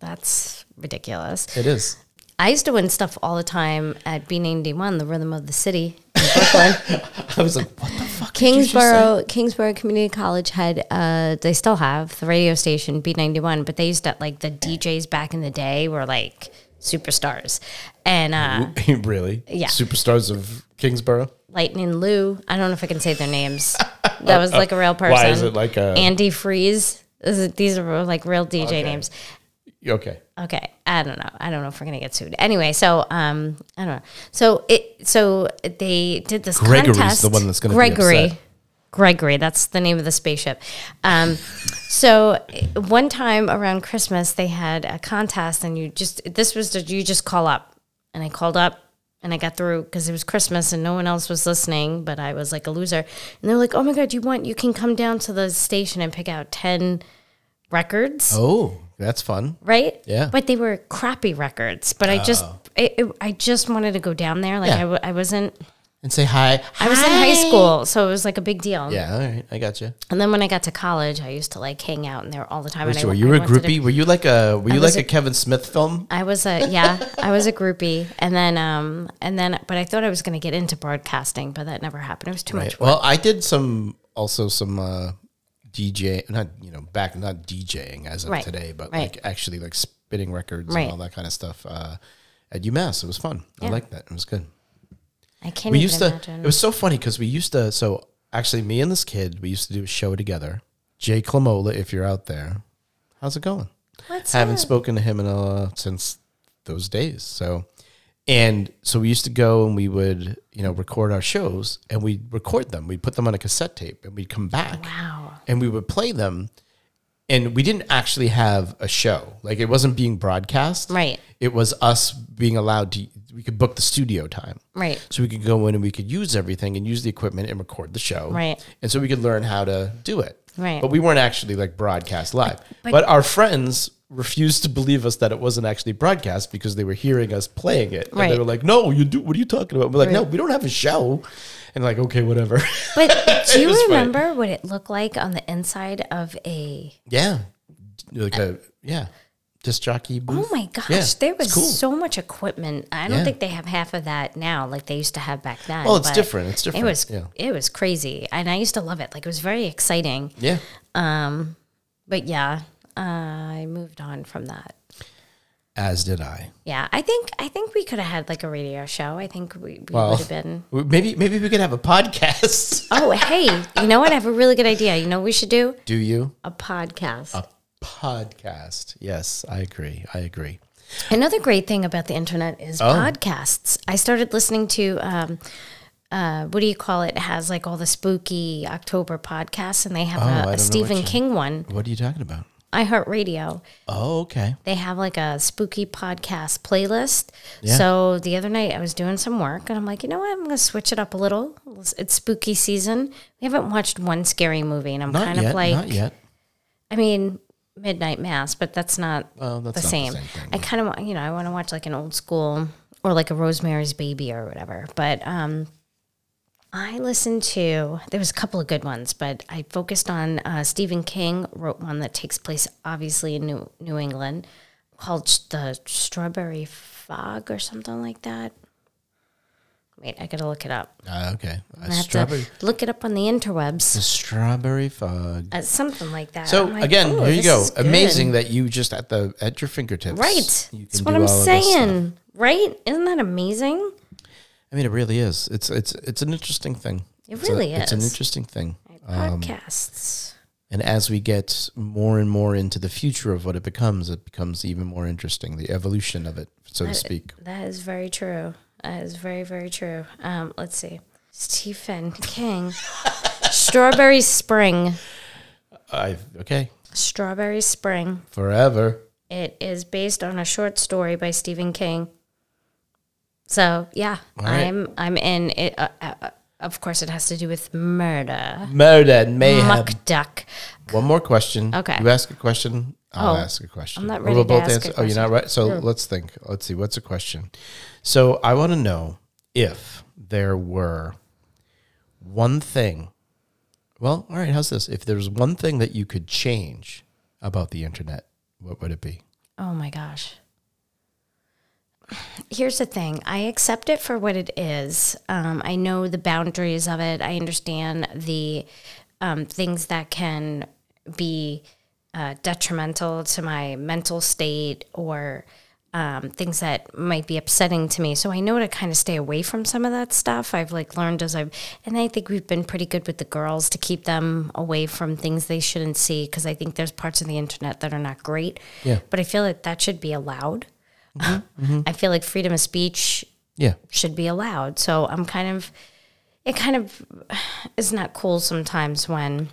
E: That's ridiculous.
D: It is.
E: I used to win stuff all the time at B91, the rhythm of the city.
D: I was like, what the fuck? did you just say?
E: Kingsborough Kingsborough Community College had uh they still have the radio station B91, but they used to like the DJs back in the day were like superstars. And uh,
D: really?
E: Yeah.
D: Superstars of Kingsborough.
E: Lightning Lou, I don't know if I can say their names. That was like a real person.
D: Uh, Why is it like a
E: Andy Freeze? This is- These are like real DJ names.
D: okay?
E: Okay, I don't know. I don't know if we're gonna get sued. Anyway, so um, I don't know. So it so they did this.
D: Gregory's
E: contest.
D: the one that's gonna be
E: Gregory.
D: upset.
E: Gregory, that's the name of the spaceship. Um, so eh, one time around Christmas, they had a contest, and you just this was the, you just call up, and I called up. And I got through because it was Christmas and no one else was listening, but I was like a loser. And they're like, "Oh my god, you want? You can come down to the station and pick out ten records."
D: Oh, that's fun.
E: right?
D: Yeah. Oh.
E: But they were crappy records. But I just, it, it, I just wanted to go down there. Like I
D: Yeah.
E: I, w- I wasn't,
D: And say hi.
E: I was in high school, so it was like a big deal.
D: Yeah, all right, I got you.
E: And then when I got to college, I used to like hang out in there all the time. and I,
D: So were you
E: I
D: a
E: wanted to-
D: groupie? Were you like a were you
E: was
D: like a,
E: a-
D: Kevin Smith film?
E: I was a yeah, I was a groupie, and then um, and then but I thought I was going to get into broadcasting, but that never happened. It was too much. work.
D: Well, I did some also some uh, DJ, not you know back not DJing as of
E: Right,
D: today, but
E: right.
D: like actually like spinning records
E: Right.
D: and all that kind of stuff uh, at UMass. It was fun. I liked that. It was good.
E: I can't
D: we
E: even
D: used to
E: imagine.
D: it was so funny because we used to so actually me and this kid we used to do a show together jay clamola if you're out there how's it going
E: What's
D: haven't
E: up?
D: spoken to him in a since those days so and so we used to go and we would you know record our shows and we'd record them we'd put them on a cassette tape and we'd come back
E: wow.
D: and we would play them and we didn't actually have a show like it wasn't being broadcast
E: Right.
D: it was us being allowed to we could book the studio time
E: Right.
D: so we could go in and we could use everything and use the equipment and record the show
E: Right.
D: and so we could learn how to do it
E: Right.
D: but we weren't actually like broadcast live but, our friends refused to believe us that it wasn't actually broadcast because they were hearing us playing it and
E: Right.
D: they were like no you do what are you talking about we're like no we don't have a show and like okay whatever
E: But do
D: It was
E: you
D: funny.
E: remember what it looked like on the inside of a
D: Yeah. Like a yeah. Disc jockey
E: Oh
D: booth.
E: my gosh,
D: Yeah,
E: there
D: it's
E: was
D: cool.
E: so much equipment. I don't
D: Yeah.
E: think they have half of that now, like they used to have back then.
D: Well, it's
E: but
D: different. It's different.
E: It was
D: Yeah.
E: it was crazy, and I used to love it. Like it was very exciting.
D: Yeah.
E: But yeah, uh, I moved on from that.
D: As did I.
E: Yeah, I think I think we could have had like a radio show. I think we, we
D: Well,
E: would have been.
D: maybe maybe we could have a podcast.
E: Oh, hey, you know what? I have a really good idea. You know what we should do
D: Do you?
E: a podcast.
D: Podcast. Yes, I agree. I agree.
E: Another great thing about the internet
D: Oh.
E: is podcasts. I started listening to um, uh, what do you call it? It has like all the spooky October podcasts, and they have
D: Oh, I don't
E: a,
D: know
E: a Stephen
D: what you-
E: King one,
D: What are you talking about?
E: iHeartRadio.
D: Oh, okay.
E: They have like a spooky podcast playlist. So the other night I was doing some work, and I'm like, you know what? I'm going to switch it up a little. It's spooky season. We haven't watched one scary movie, and I'm
D: Not
E: kind
D: yet.
E: of like,
D: not yet.
E: I mean, Midnight Mass, but that's not
D: Well, Oh, that's
E: the,
D: not the
E: same.
D: same thing,
E: I kind of want, you know, I want to watch like an old school or like a Rosemary's Baby or whatever. But um, I listened to, there was a couple of good ones, but I focused on uh, Stephen King wrote one that takes place obviously in New, New England called S- The Strawberry Fog or something like that. Wait, I got to look it up.
D: Uh, okay. A
E: I have
D: strawberry.
E: to look it up on the interwebs.
D: a strawberry fog.
E: Uh, something like that.
D: So
E: I'm like,
D: again,
E: "Oh,
D: here you
E: this
D: go.
E: is good."
D: Amazing that you just at the at your fingertips.
E: Right.
D: You
E: That's
D: can
E: what I'm
D: do all of this stuff.
E: saying. Right? Isn't that amazing?
D: I mean, it really is. It's it's it's an interesting thing.
E: It
D: It's a-
E: really
D: It's an
E: is.
D: interesting thing. Uh, Um,
E: Podcasts.
D: And as we get more and more into the future of what it becomes, it becomes even more interesting, the evolution of it, so to speak.
E: That is very true. That is very, very true. Um, let's see. Stephen King. Strawberry Spring.
D: I okay.
E: Strawberry Spring.
D: Forever.
E: It is based on a short story by Stephen King. So yeah,
D: right.
E: I'm I'm in. It, uh, uh, uh, of course, it has to do with murder,
D: Murder and mayhem.
E: muck duck.
D: One more question.
E: Okay.
D: You ask a question, I'll
E: Oh,
D: ask a question.
E: I'm not
D: Or
E: ready
D: we'll
E: to
D: both
E: ask a
D: answer- Oh, you're not right. So let's think. Let's see. What's a question? So I want to know if there were one thing. Well, all right. How's this? If there's one thing that you could change about the internet, what would it be?
E: Oh my gosh. Here's the thing I accept it for what it is. Um, I know the boundaries of it, I understand the um, things that can be uh, detrimental to my mental state or um, things that might be upsetting to me. So I know to kind of stay away from some of that stuff. I've like learned as I've, and I think we've been pretty good with the girls to keep them away from things they shouldn't see because I think there's parts of the internet that are not great.
D: Yeah.
E: But I feel like that should be allowed. I feel like freedom of speech
D: Yeah.
E: should be allowed. So I'm kind of, it kind of is not cool sometimes when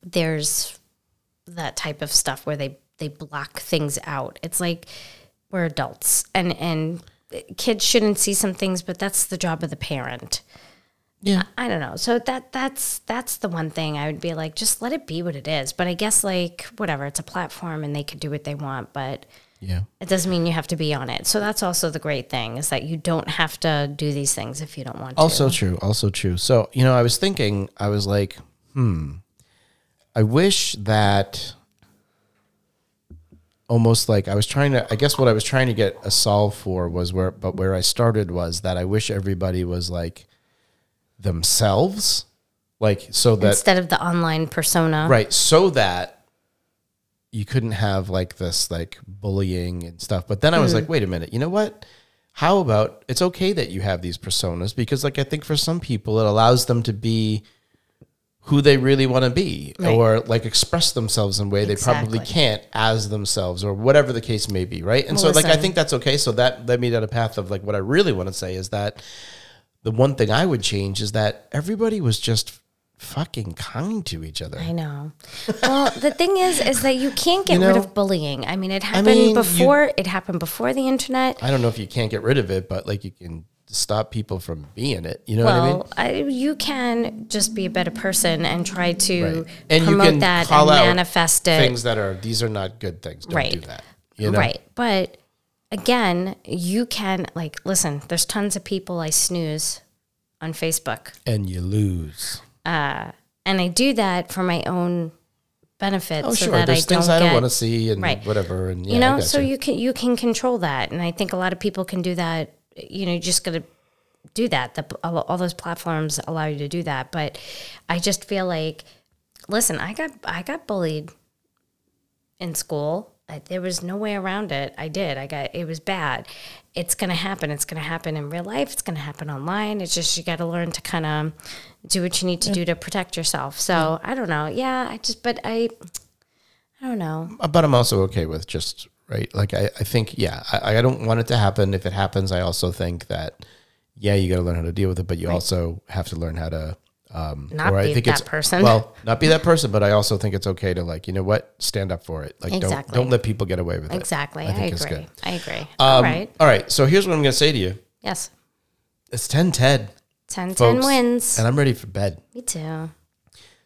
E: there's that type of stuff where they they block things out. It's like we're adults and and kids shouldn't see some things, but that's the job of the parent.
D: Yeah.
E: I don't know. So that that's that's the one thing I would be like, just let it be what it is. But I guess like whatever, it's a platform and they could do what they want, but
D: Yeah.
E: it doesn't mean you have to be on it. So that's also the great thing is that you don't have to do these things if you don't want to.
D: Also true. Also true. So, you know, I was thinking, I was like, hmm, I wish that almost like I was trying to, I guess what I was trying to get a solve for was where, but where I started was that I wish everybody was like themselves. Like, so that
E: instead of the online persona.
D: right so that you couldn't have like this like bullying and stuff but then i
E: Mm-hmm.
D: was like wait a minute you know what how about it's okay that you have these personas because like i think for some people it allows them to be who they really want to be
E: Right.
D: or like express themselves in a way they probably
E: Exactly.
D: can't as themselves or whatever the case may be right and so like i
E: listen.
D: think that's okay so that led me down a path of like what i really want to say is that the one thing i would change is that everybody was just fucking kind to each other
E: I know. Well, the thing is, is that you can't get rid
D: know?
E: of bullying. I mean, it happened
D: mean, you-
E: before. it happened before the internet.
D: I don't know if you can't get rid of it, but like you can stop people from being it. You know what I mean?
E: Well, I you can just be a better person and try to
D: Right. And you
E: promote
D: can
E: that
D: call
E: and
D: out
E: manifest it.
D: Things that are these are not good things. Don't do
E: eh, Right.
D: that. You know?
E: Right. But again, you can like listen. There's tons of people I snooze on Facebook.
D: And you lose.
E: and I do that for my own benefit,
D: Oh,
E: so
D: sure.
E: that I
D: There's
E: don't,
D: things I don't
E: get-
D: want to see and
E: Right.
D: whatever. And Mm, yeah,
E: you
D: I
E: know,
D: got
E: so you can you can control that, and I think a lot of people can do that. You know, you just got to do that. The, all, all those platforms allow you to do that, but I just feel like, listen, I got I got bullied in school. I, there was no way around it. I did. I got it was bad. It's gonna happen. It's gonna happen in real life. It's gonna happen online. It's just you got to learn to kind of do what you need to do to protect yourself. So I don't know. Yeah, I just but I I don't know.
D: Uh, but I'm also okay with just right. Like I, I think yeah, I, I don't want it to happen. If it happens, I also think that yeah, you got to learn how to deal with it, but you also have to learn how to. Um,
E: Not be
D: I think
E: that
D: it's,
E: person.
D: Well, not be that person, but I also think it's okay to like you know what, stand up for it. Like
E: Exactly.
D: don't don't let people get away with it.
E: Exactly. I,
D: think it's
E: agree.
D: good. Um,
E: I agree. All right.
D: All right. So here's what I'm going to say to you.
E: Yes.
D: It's 10 10.
E: 10
D: Folks,
E: 10 wins.
D: And I'm ready for bed.
E: Me too.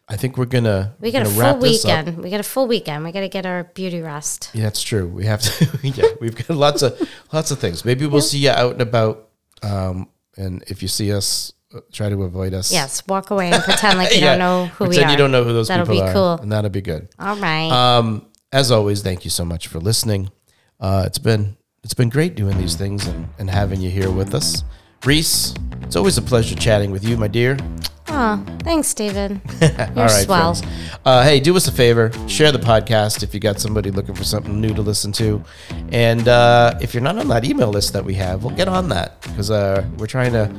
D: I think we're going to
E: We got a full weekend. We got a full weekend. We got to get our beauty rest.
D: Yeah, that's true. We have to yeah, we've got lots of lots of things. Maybe we'll see you out and about um and if you see us uh, try to avoid us.
E: Yes. Walk away and pretend like you
D: Yeah.
E: don't know who we
D: Pretend
E: are.
D: you don't know who those
E: That'll
D: people
E: be
D: are.
E: cool.
D: And that'll be good.
E: All right.
D: Um as always, thank you so much for listening. Uh it's been it's been great doing these things and, and having you here with us. Reese, it's always a pleasure chatting with you, my dear.
E: oh, thanks, David.
D: All right,
E: swell.
D: friends. Uh, hey, do us a favor. Share the podcast if you got somebody looking for something new to listen to. And uh, if you're not on that email list that we have, well, get on that because uh, we're trying to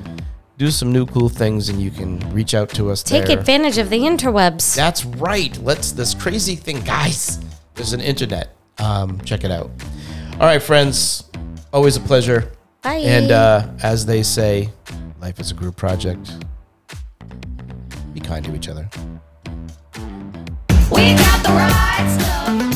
D: do some new cool things, and you can reach out to us.
E: Take
D: there.
E: advantage of the interwebs.
D: That's right. Let's this crazy thing, guys. There's an internet. Um, check it out. All right, friends. Always a pleasure.
E: Bye.
D: And uh, as they say, life is a group project. Be kind to each other.
C: We got the right stuff.